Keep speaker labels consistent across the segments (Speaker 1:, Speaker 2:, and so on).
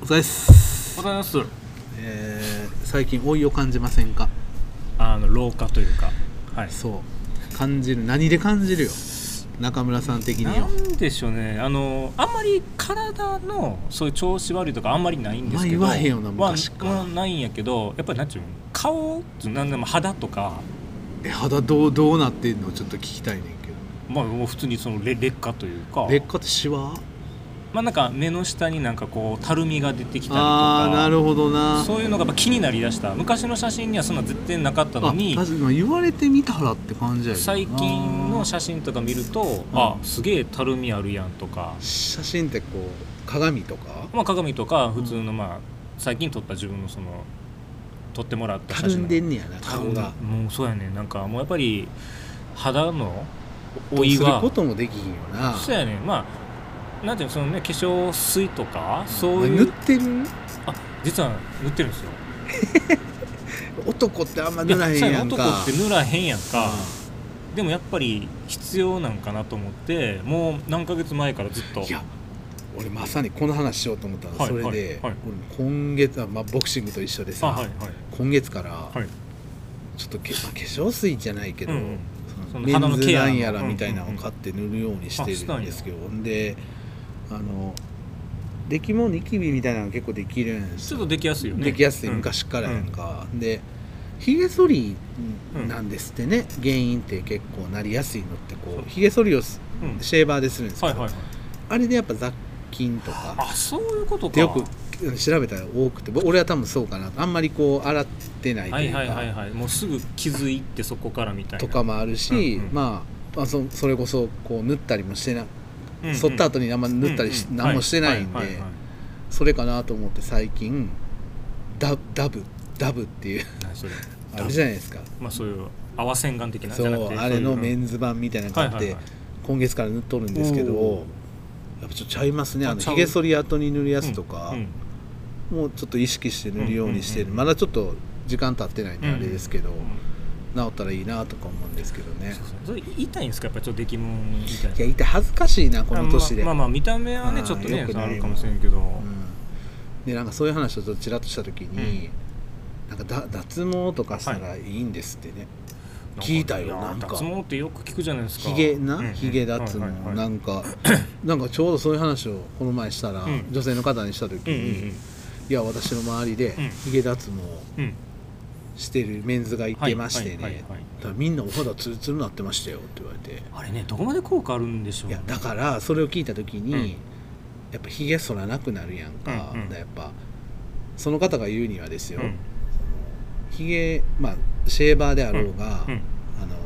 Speaker 1: お疲れっす
Speaker 2: ご、ざいます
Speaker 1: えー最近老いを感じませんか
Speaker 2: あの老化というかはい
Speaker 1: そう感じる何で感じるよ中村さん的に
Speaker 2: な
Speaker 1: よ
Speaker 2: んでしょうねあのあんまり体のそういう調子悪いとかあんまりないんですけど
Speaker 1: まあ言わへんよな
Speaker 2: まあ
Speaker 1: 昔から
Speaker 2: まあないんやけどやっぱりなんていうの顔なんでも肌とか
Speaker 1: え肌どうどうなってんのちょっと聞きたいねんけど
Speaker 2: まあもう普通にその劣劣化というか
Speaker 1: 劣化ってシワ
Speaker 2: まあなんか目の下になんかこうたるみが出てきた
Speaker 1: あ
Speaker 2: りとか
Speaker 1: あーなるほどな
Speaker 2: そういうのがやっぱ気になりだした昔の写真にはそんな絶対なかったの
Speaker 1: あ
Speaker 2: に
Speaker 1: 確かに言われてみたらって感じやけどな
Speaker 2: 最近の写真とか見ると、あすげえたるみあるやんとか、
Speaker 1: 写真ってこう鏡とか
Speaker 2: まあ、鏡とか普通の、まあ、最近撮った自分のその撮ってもらった
Speaker 1: た
Speaker 2: 写
Speaker 1: る
Speaker 2: 真
Speaker 1: んでんねやな
Speaker 2: たる
Speaker 1: 顔
Speaker 2: ん
Speaker 1: が
Speaker 2: もうそうやねなんかもうやっぱり肌の老い
Speaker 1: する
Speaker 2: が
Speaker 1: こともできひんよな
Speaker 2: そうやねまあなんていうのそのね化粧水とかそうい
Speaker 1: 塗っ
Speaker 2: う
Speaker 1: てる
Speaker 2: あ実は塗ってるんですよ
Speaker 1: 男ってあんま塗らへ
Speaker 2: いやそうんや
Speaker 1: や
Speaker 2: ね
Speaker 1: んか
Speaker 2: 男って塗らへんやんか、でもやっぱり必要なんかなと思ってもう何ヶ月前からずっと
Speaker 1: いや俺まさにこの話しようと思ったの、
Speaker 2: はい
Speaker 1: それで、
Speaker 2: はいはい
Speaker 1: 俺今月あ、まあ、ボクシングと一緒で
Speaker 2: あ
Speaker 1: さ、
Speaker 2: はいはい
Speaker 1: 今月から、
Speaker 2: はい
Speaker 1: ちょっとけ、まあ化粧水じゃないけど、
Speaker 2: うんうん
Speaker 1: その
Speaker 2: その
Speaker 1: メ
Speaker 2: 肌
Speaker 1: ン
Speaker 2: の
Speaker 1: ズ
Speaker 2: ケア
Speaker 1: な
Speaker 2: の
Speaker 1: んやら
Speaker 2: うんうんうん
Speaker 1: みたいなのを買って塗るようにしてるんですけど、ほんであのできもニキビみたいなのが結構できるんです
Speaker 2: ち
Speaker 1: よ
Speaker 2: ょっとできやすいよね
Speaker 1: できやすい
Speaker 2: うん
Speaker 1: 昔からやんか、でひげ剃りなんですってね、原因って結構なりやすいのってこ
Speaker 2: そう
Speaker 1: うひげ剃りをす
Speaker 2: うんうん
Speaker 1: シェーバーでするんですけ
Speaker 2: は
Speaker 1: ど、
Speaker 2: いはいはい
Speaker 1: あれでやっぱ雑菌とか
Speaker 2: あそういうこと
Speaker 1: っ
Speaker 2: か
Speaker 1: てよく調べたら多くて僕俺は多分そうかなあんまりこう洗ってないと
Speaker 2: はい
Speaker 1: いうか、
Speaker 2: はいはいはいもうすぐ気づいてそこからみたいな
Speaker 1: とかもあるし、
Speaker 2: うんうん
Speaker 1: まあ、まあそそれこそこう縫ったりもしてな、
Speaker 2: うんうん
Speaker 1: 剃った後にあんま縫ったりし、
Speaker 2: うんうん
Speaker 1: 何もしてないんで、
Speaker 2: ははいはいはい
Speaker 1: それかなと思って最近ダダブダブっていう
Speaker 2: 何それ
Speaker 1: あれじゃないですか
Speaker 2: まあそういう泡洗顔的な
Speaker 1: そ
Speaker 2: じゃなく
Speaker 1: う
Speaker 2: て
Speaker 1: あれのメ
Speaker 2: ン
Speaker 1: ンズ版みたいなの
Speaker 2: は
Speaker 1: があ
Speaker 2: い
Speaker 1: っ
Speaker 2: はい
Speaker 1: て
Speaker 2: はい
Speaker 1: 今月から縫っとるんですけど
Speaker 2: お
Speaker 1: やっぱちょっとちゃいますねあの
Speaker 2: あちゃう
Speaker 1: ひげ剃り後に塗るやつとか。もうちょっと意識して塗るようにしてる、
Speaker 2: うんうんうん
Speaker 1: まだちょっと時間経ってないんで
Speaker 2: うん
Speaker 1: あれですけど、
Speaker 2: うんうん
Speaker 1: 治ったらいいなとか思うんですけどね
Speaker 2: そうそうそれ言いたいんですかやっぱちょっとできもんみたいない
Speaker 1: やいて恥ずかしいなこの年で、
Speaker 2: まあまあまあ見た目は
Speaker 1: う
Speaker 2: ね
Speaker 1: ん
Speaker 2: ちょっと
Speaker 1: よ
Speaker 2: ね
Speaker 1: くない
Speaker 2: あるかもしれんけど
Speaker 1: うん、でなんかそういう話をちょっとちらっとした時に、なんかだ脱毛とかしたらいいんですってね、聞いたよなんか
Speaker 2: 脱毛ってよく聞くじゃないですか
Speaker 1: ひげな、
Speaker 2: うんうん
Speaker 1: ひげ脱毛、
Speaker 2: はいはいはい
Speaker 1: なんか なんかちょうどそういう話をこの前したら、
Speaker 2: うん
Speaker 1: 女性の方にした時
Speaker 2: うんう
Speaker 1: に、
Speaker 2: ん
Speaker 1: いや私の周りで
Speaker 2: うん
Speaker 1: ひげ脱毛
Speaker 2: うんうん
Speaker 1: してるメンズがいてましてね、
Speaker 2: はいはいはいはい
Speaker 1: だからみんなお肌ツルツルになってましたよって言われて。
Speaker 2: あれねどこまで効果あるんでしょう
Speaker 1: い
Speaker 2: ね
Speaker 1: やだからそれを聞いた時に、
Speaker 2: うん
Speaker 1: やっぱひげ剃らなくなるやんか,、
Speaker 2: うんうん
Speaker 1: やっぱその方が言うにはですよ、
Speaker 2: うん
Speaker 1: ひげまあシェーバーであろうが、
Speaker 2: うんうん
Speaker 1: あの、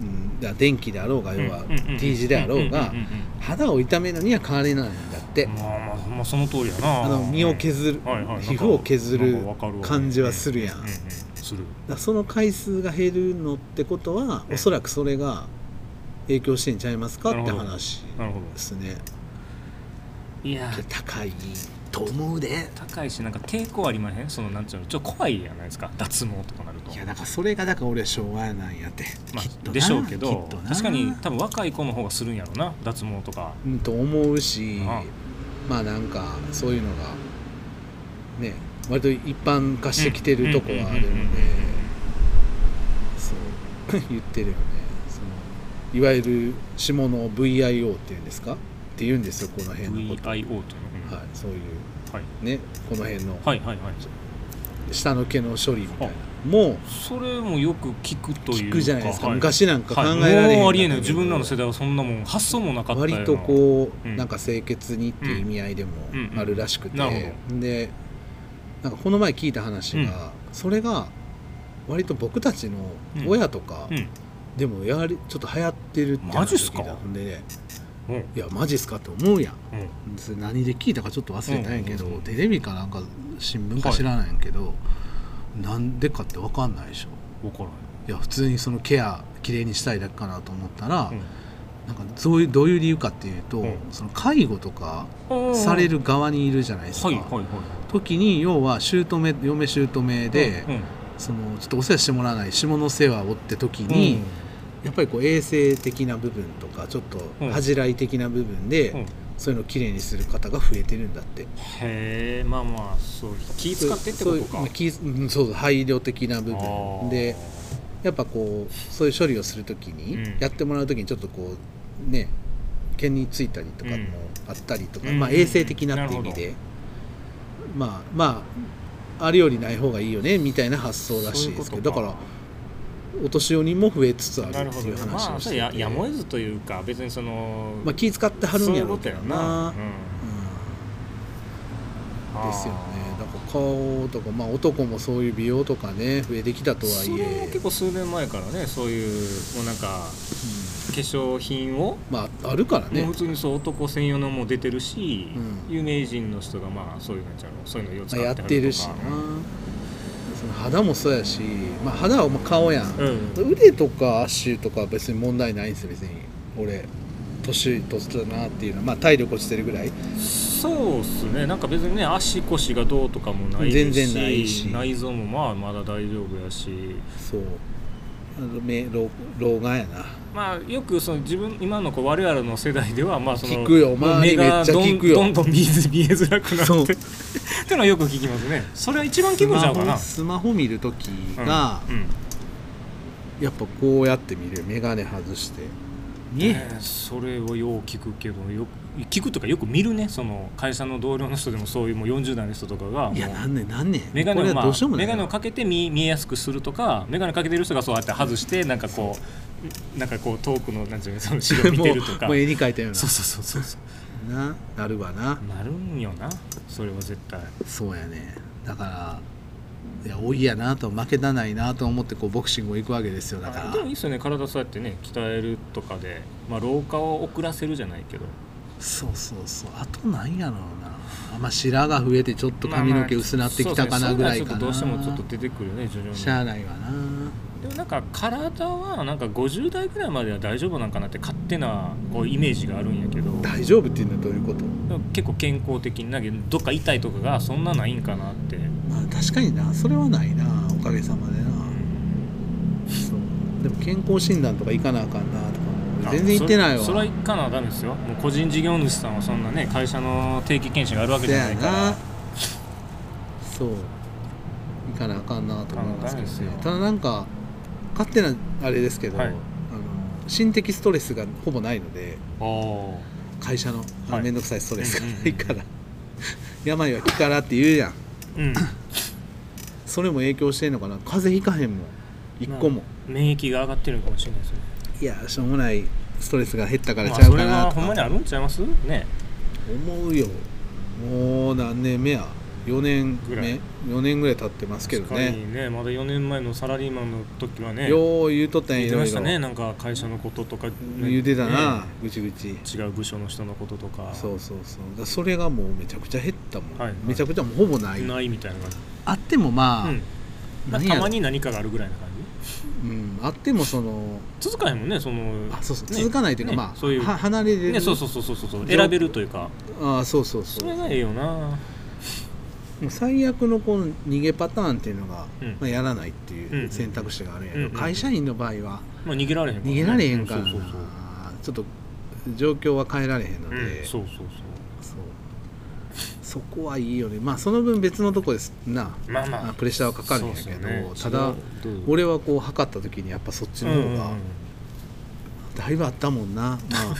Speaker 1: うん、だから電気であろうが要は T 字であろうが
Speaker 2: んんんん
Speaker 1: 肌を痛めるには変われないんだって、
Speaker 2: まあまあ、まあ、その通りやな
Speaker 1: あの身を削る、
Speaker 2: うんはいはい
Speaker 1: 皮膚を削
Speaker 2: な
Speaker 1: る
Speaker 2: んかわかわ
Speaker 1: 感じはするやん、
Speaker 2: うんうんうんうんする
Speaker 1: だからその回数が減るのってことは、おそらくそれが影響してんちゃいますかって
Speaker 2: なるほど
Speaker 1: 話
Speaker 2: なるほ
Speaker 1: ですね
Speaker 2: どいや
Speaker 1: 高いと思うで
Speaker 2: 高いしなんか抵抗ありまへんそのなんちゅうのちょっと怖いやないですか脱毛とかなると
Speaker 1: いやだからそれがだから俺昭和なんやって、
Speaker 2: ま
Speaker 1: きっと
Speaker 2: あ、
Speaker 1: な
Speaker 2: でしょうけ
Speaker 1: き
Speaker 2: ど
Speaker 1: っとな
Speaker 2: 確かに多分若い子の方がするんやろうな脱毛とか
Speaker 1: うんと思うし
Speaker 2: ああ
Speaker 1: まあなんかそういうのがね割と一般化してきてるとこはある
Speaker 2: うんうんうん
Speaker 1: ん
Speaker 2: うん
Speaker 1: でそう 言ってるよねそのいわゆる下の VIO っていうんですかって言うんですよこの辺のこ
Speaker 2: VIO
Speaker 1: とと、
Speaker 2: いうの、
Speaker 1: はい、そういう
Speaker 2: はい
Speaker 1: ねこの辺の
Speaker 2: はいはいはい
Speaker 1: 下の毛の処理みたいな、もう
Speaker 2: それもよく聞くというか
Speaker 1: 聞くじゃないですか、
Speaker 2: は
Speaker 1: 昔なんか考えられへんかったけ
Speaker 2: はい、
Speaker 1: ど、
Speaker 2: もうありえない自分らの世代はそんなもん発想もなかったよ
Speaker 1: 割とこう、
Speaker 2: うん
Speaker 1: なんか清潔にっていう意味合いでも
Speaker 2: うん
Speaker 1: あるらしくて、
Speaker 2: なる
Speaker 1: でなんかこの前聞いた話が、それが割と僕たちの親とか、
Speaker 2: うん
Speaker 1: でもやはりちょっと流行ってるって
Speaker 2: マジっすか
Speaker 1: 話を聞いたほんで、ね、
Speaker 2: うん
Speaker 1: いやマジっすかって思うやん
Speaker 2: うん
Speaker 1: それ何で聞いたかちょっと忘れたんやけど、
Speaker 2: うんうんうん
Speaker 1: テレビかなんか新聞か知らないんやけど、なんでかって分かんないでしょ
Speaker 2: 分から
Speaker 1: いや普通にそのケア綺麗にしたいだけかなと思ったら、
Speaker 2: ない、
Speaker 1: なんかそういうどういう理由かっていうと、
Speaker 2: うん
Speaker 1: その介護とか
Speaker 2: うん
Speaker 1: される側にいるじゃないですか、
Speaker 2: はいはいはい
Speaker 1: 時に要は姑嫁姑で、
Speaker 2: うん
Speaker 1: そのちょっとお世話してもらわない下の世話をって時に、やっぱりこう衛生的な部分とかちょっと
Speaker 2: うん
Speaker 1: 恥じらい的な部分で、
Speaker 2: うん、へ
Speaker 1: そういうのをきれいにする方が増えてるんだって
Speaker 2: えまあまあそう気使ってってこと
Speaker 1: そう
Speaker 2: か
Speaker 1: まあ気うんそうそう配慮的な部
Speaker 2: あ
Speaker 1: 分
Speaker 2: ー
Speaker 1: でやっぱこうそういう処理をするときに、
Speaker 2: うん
Speaker 1: やってもらうときにちょっとこうね毛についたりとかも
Speaker 2: うん
Speaker 1: あったりとか、
Speaker 2: うん
Speaker 1: まあ、衛生的なっていう意味で、まあまああるよりない方がいいよねみたいな発想らしいですけど
Speaker 2: そういう
Speaker 1: だ
Speaker 2: こ
Speaker 1: か
Speaker 2: と
Speaker 1: らお年寄りも増えつつあ
Speaker 2: な
Speaker 1: る
Speaker 2: る
Speaker 1: っ
Speaker 2: ほ
Speaker 1: ていう
Speaker 2: ど
Speaker 1: 話
Speaker 2: ま
Speaker 1: を
Speaker 2: あ
Speaker 1: し
Speaker 2: そ
Speaker 1: て
Speaker 2: れ
Speaker 1: て、
Speaker 2: ややむを得ずというか別にその
Speaker 1: まあ、気遣ってはる
Speaker 2: そ
Speaker 1: ん
Speaker 2: うい
Speaker 1: や
Speaker 2: う
Speaker 1: ろ
Speaker 2: こ
Speaker 1: う
Speaker 2: と
Speaker 1: け
Speaker 2: や
Speaker 1: ど
Speaker 2: な、
Speaker 1: な
Speaker 2: うん、
Speaker 1: うん、ですよねだから顔とか、まあ、男もそういう美容とかね増えてきたと
Speaker 2: と
Speaker 1: は
Speaker 2: はい
Speaker 1: い
Speaker 2: えそれも
Speaker 1: え
Speaker 2: 結、構数年前からねそういうもうなんか化粧品を
Speaker 1: うんまああるからね
Speaker 2: もう普通にそう男専用のも出てるし、
Speaker 1: うん
Speaker 2: 有名人の人がまあそういうのちゃうのそういうのよう使
Speaker 1: まあ、
Speaker 2: って
Speaker 1: やっ
Speaker 2: はるとか
Speaker 1: てるしな、その肌もそうやし、まあ、肌はもう顔やん、
Speaker 2: うん
Speaker 1: 腕とか足とかは別に問題ないんですよ別に俺年取ったなっていうのはまあ体力落ちてるぐらい
Speaker 2: そうっすねなんか別にね足腰がどうとかもないし
Speaker 1: 全然ないし
Speaker 2: 内臓もまあまだ大丈夫やし
Speaker 1: そうあの目老老眼やな
Speaker 2: まあよくその自分今のこう我々の世代ではまあその
Speaker 1: 聞くよ周りめっちゃ聞くよ
Speaker 2: 目がどんどんどんどん見えず見えづらくな
Speaker 1: そう
Speaker 2: ってってのはよく聞きますねそれは一番気分ちゃうかな
Speaker 1: スマホ見る時が、
Speaker 2: うんうん
Speaker 1: やっぱこうやって見る眼鏡外して見えへん
Speaker 2: ねえそれをよう聞くけどよく聞くとかよく見るねその会社の同僚の人でもそういうもう40代の人とかがもう
Speaker 1: いやなんねんなんねん
Speaker 2: 眼
Speaker 1: こ
Speaker 2: 鏡
Speaker 1: れ
Speaker 2: を,、ま
Speaker 1: は
Speaker 2: あ、
Speaker 1: どうしようもない
Speaker 2: 眼鏡をかけて見見えやすくするとか眼鏡かけてる人がそうやって外してなんかこうなんかこう遠くのなんていうのその資料見てるとか
Speaker 1: もうもう絵に描いたよう
Speaker 2: そうそうそうそうそ
Speaker 1: なななるわな
Speaker 2: うなるんよなそれは絶対
Speaker 1: そうやねだからいや多いやなと負けたないなと思ってこうボクシングを行くわけですよだから
Speaker 2: でもいいっすよね体そうやってね鍛えるとかで、まあ、老化を遅らせるじゃないけど
Speaker 1: そうそうそうあとなんやろうなあまあ白髪増えてちょっと髪の毛薄なってきたかなぐらいかな、
Speaker 2: まあまあそうですねそういうのはちょっとどうしてもちょっと出てくるよね徐々に
Speaker 1: しゃあないわな
Speaker 2: でもなんか体はなんか50代ぐらいまでは大丈夫なんかなって勝手なこうイメージがあるんやけど
Speaker 1: 大丈夫っていうのはどういうこと、
Speaker 2: でも結構健康的になけどどっか痛いとかがそんなないんかなって、
Speaker 1: まあ、確かになそれはないなおかげさまでな、そうでも健康診断とか行かなあかんなとかも全然行ってないわ
Speaker 2: それそれは行かなダメですよもう個人事業主さんはそんなね会社の定期検診があるわけじゃないか
Speaker 1: そや
Speaker 2: ら
Speaker 1: そう行かなあかんなと思いますけどね
Speaker 2: 行かなあかんですよ
Speaker 1: ただなんか勝手なあれですけど、
Speaker 2: はい
Speaker 1: あの心的ストレスがほぼないので
Speaker 2: おー
Speaker 1: 会社のあの
Speaker 2: はい
Speaker 1: 面倒くさいストレスが
Speaker 2: うんうんうん
Speaker 1: ないから、病は気からって言うやん
Speaker 2: うん
Speaker 1: それも影響してんのかな風邪ひかへんもん 一個も、
Speaker 2: 免疫が上がってるかもしれないですね
Speaker 1: いやしょうもないストレスが減ったから
Speaker 2: ま
Speaker 1: ち
Speaker 2: あ
Speaker 1: ゃう
Speaker 2: そ
Speaker 1: か
Speaker 2: れ
Speaker 1: な
Speaker 2: は
Speaker 1: と
Speaker 2: ほんまに
Speaker 1: か
Speaker 2: あるんちゃいますね
Speaker 1: 思うよもう何年目や4年
Speaker 2: ぐら
Speaker 1: 目
Speaker 2: い
Speaker 1: 4年ぐらい経ってますけど
Speaker 2: 確か
Speaker 1: ね
Speaker 2: にねまだ4年前のサラリーマンの時はね
Speaker 1: よう言うとったんや
Speaker 2: 言
Speaker 1: い
Speaker 2: って
Speaker 1: ろ
Speaker 2: ま
Speaker 1: い
Speaker 2: した
Speaker 1: ろ
Speaker 2: ねなんか会社のこととか、ね、
Speaker 1: 言うてたな、
Speaker 2: ね
Speaker 1: ぐちぐち
Speaker 2: 違う部署の人のこととか
Speaker 1: そうそうそうだからそれがもうめちゃくちゃ減ったもん、
Speaker 2: はいはい
Speaker 1: めちゃくちゃもうほぼない
Speaker 2: ないみたいな感じ、
Speaker 1: あってもまあ、
Speaker 2: うんまあ、
Speaker 1: 何や
Speaker 2: た
Speaker 1: ろ
Speaker 2: まに何かがあるぐらいな感じ
Speaker 1: うん、あってもその
Speaker 2: 続かへんもんねその
Speaker 1: あそうそう、
Speaker 2: ね
Speaker 1: 続かないというか、
Speaker 2: ね
Speaker 1: まあ
Speaker 2: そういう
Speaker 1: は離れる、
Speaker 2: ね、そうそうそうそうそう選べるというか
Speaker 1: あそうそうそ
Speaker 2: そうれ
Speaker 1: も
Speaker 2: がええよな
Speaker 1: う最悪のこの逃げパターンっていうのが、
Speaker 2: うん
Speaker 1: まあ、やらないって
Speaker 2: うん
Speaker 1: いううん選択肢があるんやけど、
Speaker 2: うんうん
Speaker 1: 会社員の場合は
Speaker 2: まあ逃げられへんからね、
Speaker 1: 逃げられへんからな、
Speaker 2: そうそうそう
Speaker 1: ちょっと状況は変えられへんので、
Speaker 2: うんそうそうそう
Speaker 1: そうそこはいいよねまあその分別のとこですな
Speaker 2: まあまあ
Speaker 1: プレッシャーはかかるんやけ
Speaker 2: そ
Speaker 1: ど、
Speaker 2: うっすよね
Speaker 1: ただ
Speaker 2: それはどう
Speaker 1: 俺はこう測った時にやっぱそっちの
Speaker 2: うん
Speaker 1: 方
Speaker 2: うん
Speaker 1: がだいぶあったもんな、 まあ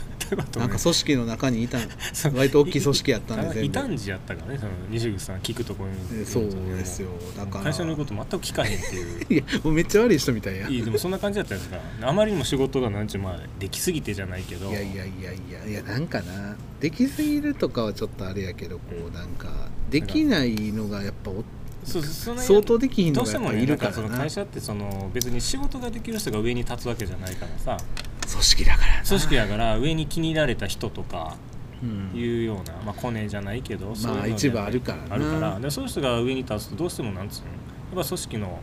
Speaker 1: なんか組織の中にいた
Speaker 2: そう
Speaker 1: 割と大きい組織やったんで
Speaker 2: 異
Speaker 1: 全部
Speaker 2: 端児やったからねその西口さん聞くところ
Speaker 1: え
Speaker 2: に
Speaker 1: そうですよだから
Speaker 2: 会社の言うこと全く聞かへんっていう
Speaker 1: いやもうめっちゃ悪い人みたいや
Speaker 2: いいでもそんな感じだったんですかあまりにも仕事がなんちゅうまあできすぎてじゃないけど
Speaker 1: いやいやいやいやいやなんかなできすぎるとかはちょっとあれやけどこうなんかできないのがやっぱお
Speaker 2: そうその
Speaker 1: 相当できひん
Speaker 2: ど
Speaker 1: の
Speaker 2: う
Speaker 1: が
Speaker 2: し
Speaker 1: や
Speaker 2: て
Speaker 1: っぱ
Speaker 2: も
Speaker 1: い
Speaker 2: ねな
Speaker 1: る
Speaker 2: ん
Speaker 1: か
Speaker 2: かそ
Speaker 1: ら
Speaker 2: の
Speaker 1: な
Speaker 2: 会社ってその別に仕事ができる人が上に立つわけじゃないからさ
Speaker 1: 組織だからな
Speaker 2: 組織やから上に気に入られた人とか
Speaker 1: うん
Speaker 2: いうような、まあ、コネじゃないけどそうい
Speaker 1: ま
Speaker 2: うの
Speaker 1: あ
Speaker 2: で
Speaker 1: 一部あるからな
Speaker 2: あるからでそういう人が上に立つとどうしてもなんつうのやっぱ組織の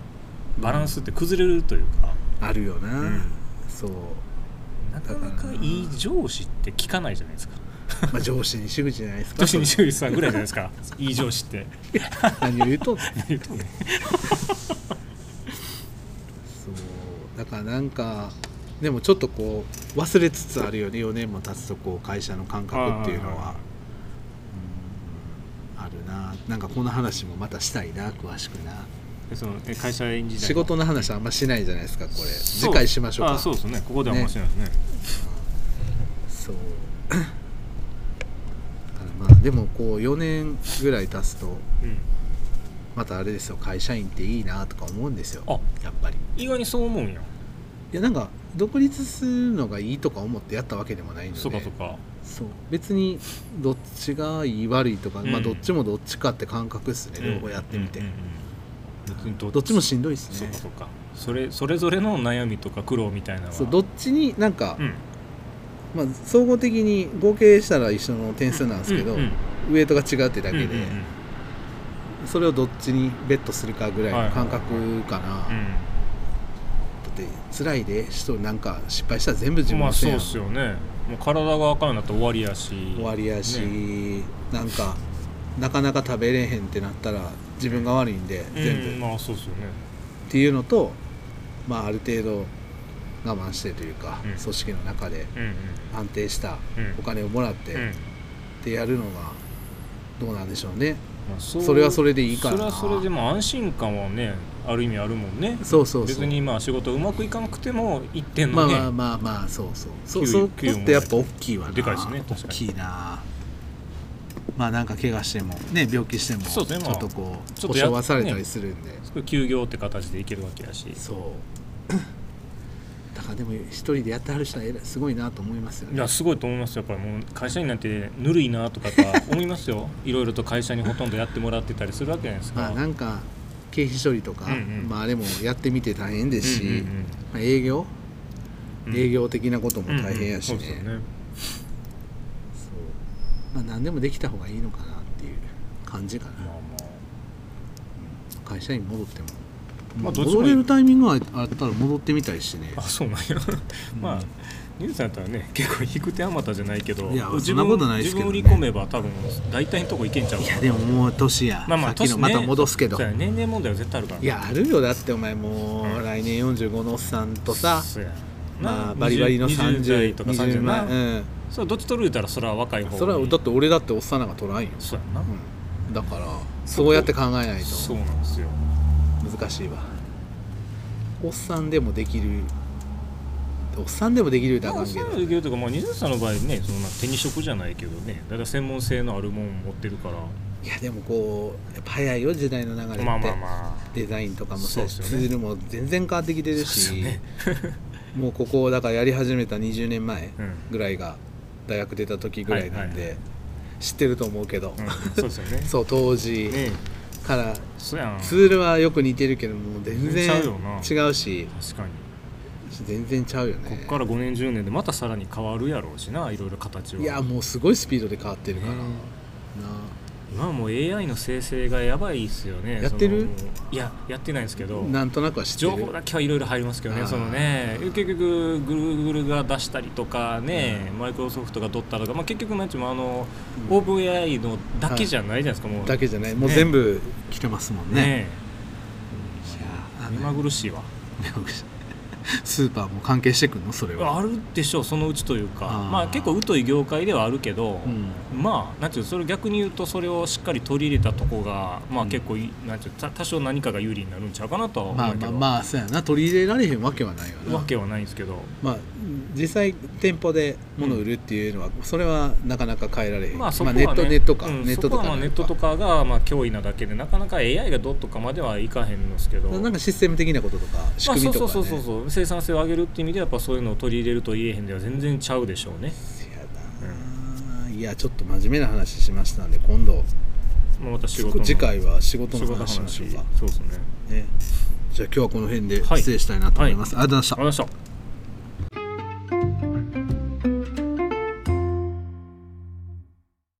Speaker 2: バランスって崩れるというか、
Speaker 1: あるよな、
Speaker 2: うん
Speaker 1: そう、
Speaker 2: なかなかいい上司って聞かないじゃないですか
Speaker 1: まあ、上司に主義じゃないですか
Speaker 2: 女子に修理さんぐらいじゃない ですかいい上司って
Speaker 1: 何を言う とんねん
Speaker 2: 言うとね
Speaker 1: そうだからなんかでもちょっとこう忘れつつあるよね4年も経つとこう会社の感覚っていうのはうんあるななんかこの話もまたしたいな詳しくな
Speaker 2: でそのえ会社員時代の
Speaker 1: 仕事の話あんましないじゃないですかこれ
Speaker 2: そう
Speaker 1: 次回しましょうか
Speaker 2: あそうですねここでは面白いですね
Speaker 1: そうだからまあでもこう4年ぐらい経つとまたあれですよ会社員っていいなとか思うんですよ
Speaker 2: あ
Speaker 1: やっぱり
Speaker 2: うん、意外にそう思うんや
Speaker 1: いやなんか独立するのがいいとか思ってやったわけでもないので
Speaker 2: そうかそうか
Speaker 1: そう別にどっちがいい悪いとか、ま
Speaker 2: う
Speaker 1: あ
Speaker 2: ん
Speaker 1: どっちもどっちかって感覚ですね、
Speaker 2: うん
Speaker 1: 両方やってみて、
Speaker 2: うんうんうん別に
Speaker 1: どっちもしんどいです
Speaker 2: そう
Speaker 1: ね
Speaker 2: かそうかそれそれぞれの悩みとか苦労みたいなのは
Speaker 1: そうどっちになんか、
Speaker 2: うん
Speaker 1: まあ、総合的に合計したら一緒の点数なんですけど、
Speaker 2: うんうん
Speaker 1: ウエイトが違うってだけで、
Speaker 2: うんうんうん
Speaker 1: それをどっちにベットするかぐらいの感覚かな、だって辛いで人なんか失敗したら全部自
Speaker 2: う
Speaker 1: 分
Speaker 2: ん、ま
Speaker 1: の
Speaker 2: あ
Speaker 1: せいや
Speaker 2: そうっ
Speaker 1: ん
Speaker 2: すよねもう体があかんようになったら終わりやし
Speaker 1: 終わりやし、
Speaker 2: ね
Speaker 1: なんかなかなか食べれへんってなったら自分が悪いんで全部、
Speaker 2: うん、まあそうっすよね
Speaker 1: っていうのと、まあ、ある程度我慢してというか、
Speaker 2: うん
Speaker 1: 組織の中で
Speaker 2: うん
Speaker 1: 安定した
Speaker 2: うんうん
Speaker 1: お金をもらって、
Speaker 2: うん
Speaker 1: でやるのがどうなんでしょうね
Speaker 2: まあ、そ
Speaker 1: それはそれでいいかな
Speaker 2: それはそれでも安心感はねある意味あるもんね
Speaker 1: そうそうそう
Speaker 2: 別にまあ仕事うまくいかなくても一点
Speaker 1: ま
Speaker 2: の
Speaker 1: あ
Speaker 2: ね、
Speaker 1: まあまあまあそうそうそう
Speaker 2: 給
Speaker 1: そう
Speaker 2: 与給与も
Speaker 1: ってやっぱ大きいわな
Speaker 2: でかいですね確かに
Speaker 1: 大きいなまあなんか怪我してもね病気してもち
Speaker 2: そ
Speaker 1: ょ
Speaker 2: うですねまあ
Speaker 1: っとこう
Speaker 2: ちょっ
Speaker 1: 保
Speaker 2: とや
Speaker 1: 証はされたりするんで、
Speaker 2: すごい休業って形でいけるわけやし
Speaker 1: そう だからでも一人でやってはる人は偉いすごいなと思いますよ
Speaker 2: い
Speaker 1: ね
Speaker 2: やすごいと思いますよやっぱりもう会社員なんてぬるいなとかやっぱ思いますよ いろいろと会社にほとんどやってもらってたりするわけじゃないですか、
Speaker 1: まあなんか経費処理とか、
Speaker 2: うんうん
Speaker 1: まあ、あれもやってみて大変ですし、
Speaker 2: うんうんうん
Speaker 1: まあ営業、
Speaker 2: うん
Speaker 1: 営業的なことも大変やしね,、
Speaker 2: うんうんそうですよね
Speaker 1: そうまあ、何でもできた方がいいのかなっていう感じかな、
Speaker 2: まあまあ
Speaker 1: 会社に戻っても、
Speaker 2: まあどっち
Speaker 1: 戻
Speaker 2: もいい
Speaker 1: れるタイミングがあったら戻ってみたいしね
Speaker 2: あそうなんや、 まあニュースだったらね結構引く手あまたじゃないけど
Speaker 1: いや
Speaker 2: 自
Speaker 1: そんな
Speaker 2: 分
Speaker 1: ことないですけどね
Speaker 2: 自分売り込めば多分大体のとこいけんちゃう
Speaker 1: いやでももう年や、
Speaker 2: まあまあ
Speaker 1: さっき
Speaker 2: 年
Speaker 1: の
Speaker 2: ね
Speaker 1: また戻すけど、
Speaker 2: そうやね年齢問題は絶対あるからね
Speaker 1: いやあるよだってお前もう、
Speaker 2: うん
Speaker 1: 来年45のおっさんとさ、
Speaker 2: そうや
Speaker 1: ま
Speaker 2: な
Speaker 1: あ、バリバリの
Speaker 2: 20
Speaker 1: 30
Speaker 2: 代とか
Speaker 1: 20前
Speaker 2: 30な、
Speaker 1: うん
Speaker 2: そうどっち取る言うたらそれは若い方に
Speaker 1: それはだって俺だっておっさんなんか取らんよ、
Speaker 2: そうやな、
Speaker 1: だからそうやって考えない
Speaker 2: そう
Speaker 1: と
Speaker 2: なんですよ
Speaker 1: 難しいわおっさんでもできるおっさんでもできるってあ
Speaker 2: ま
Speaker 1: か
Speaker 2: あ、
Speaker 1: んけ
Speaker 2: そ
Speaker 1: ど
Speaker 2: ういうのできるとか、まあ、20歳の場合ねそのまあ手に職じゃないけどねだいたい専門性のあるもん持ってるから
Speaker 1: いやでもこうやっぱ早いよ時代の流れって、
Speaker 2: まあまあま
Speaker 1: デザインとかもそうやし
Speaker 2: そうで
Speaker 1: ツ
Speaker 2: すよね
Speaker 1: ールも全然変わってきてる
Speaker 2: あそう
Speaker 1: し、
Speaker 2: ね
Speaker 1: もうここをだからやり始めた20年前
Speaker 2: うん
Speaker 1: ぐらいが大学出た時ぐらいなんで、
Speaker 2: はいはい
Speaker 1: 知ってると思うけど
Speaker 2: う、んそうですよね
Speaker 1: そう当時
Speaker 2: ね
Speaker 1: から
Speaker 2: そうやん
Speaker 1: ツールはよく似てるけどもう全然
Speaker 2: 全然ち
Speaker 1: 違うし
Speaker 2: 確かに
Speaker 1: 全然ちゃうよ
Speaker 2: こ
Speaker 1: ね
Speaker 2: っから5年10年でまたさらに変わるやろうしないろいろ形はい
Speaker 1: やもうすごいスピードで変わってるから、
Speaker 2: ね
Speaker 1: な
Speaker 2: 今はもう AI の生成がやばいっすよね
Speaker 1: やってる
Speaker 2: そのいややってないんですけど
Speaker 1: なんとなくは知
Speaker 2: 情
Speaker 1: ってる
Speaker 2: 報だけはいろいろ入りますけど
Speaker 1: あ
Speaker 2: ね
Speaker 1: ー
Speaker 2: そのね結局グーグルが出したりとかねマイクロソフトが取ったとか、まあ、結局なんちゅうのあの、
Speaker 1: うん
Speaker 2: オープン AI のだけじゃないじゃないですか、もう
Speaker 1: だけじゃないもう
Speaker 2: ね
Speaker 1: 全部来てますもんね
Speaker 2: ね
Speaker 1: いやあ
Speaker 2: 目
Speaker 1: の
Speaker 2: まぐるしいわ
Speaker 1: スーパーも関係してくんのそれは
Speaker 2: あるでしょうそのうちというか
Speaker 1: あー
Speaker 2: まあ結構疎い業界ではあるけど、
Speaker 1: うん
Speaker 2: まあなんていうのそれを逆に言うとそれをしっかり取り入れたとこがまあ
Speaker 1: うん
Speaker 2: 結構い、なんていうのた多少何かが有利になるんちゃうかなとは
Speaker 1: ま
Speaker 2: 思
Speaker 1: あ
Speaker 2: うけ
Speaker 1: まあ
Speaker 2: ど、
Speaker 1: まあそうやな取り入れられへんわけはないよな
Speaker 2: わけはないんですけど
Speaker 1: まあ実際店舗で物売るっていうのは、それはなかなか変えられへん、
Speaker 2: まあそこは、ね
Speaker 1: ネットネットか、
Speaker 2: うん
Speaker 1: ネット
Speaker 2: そ
Speaker 1: とか
Speaker 2: こはまあネットとかがまあ脅威なだけでなかなか AI がどうとかまではいかへんのですけど
Speaker 1: なんかシステム的なこととか仕組みとか、ね
Speaker 2: まあ、そうそうそうそう生産性を上げるっていう意味ではやっぱそういうのを取り入れると言えへんでは全然ちゃうでしょうね、
Speaker 1: せやな、いやちょっと真面目な話しましたんで今度
Speaker 2: まあ、また仕事の
Speaker 1: 次回は仕事
Speaker 2: 仕
Speaker 1: の
Speaker 2: 事の
Speaker 1: 話
Speaker 2: 話
Speaker 1: しましょうか
Speaker 2: そうですね
Speaker 1: ねじゃあ今日はこの辺で失礼したいなと思います、ありがとうございました
Speaker 2: わかりました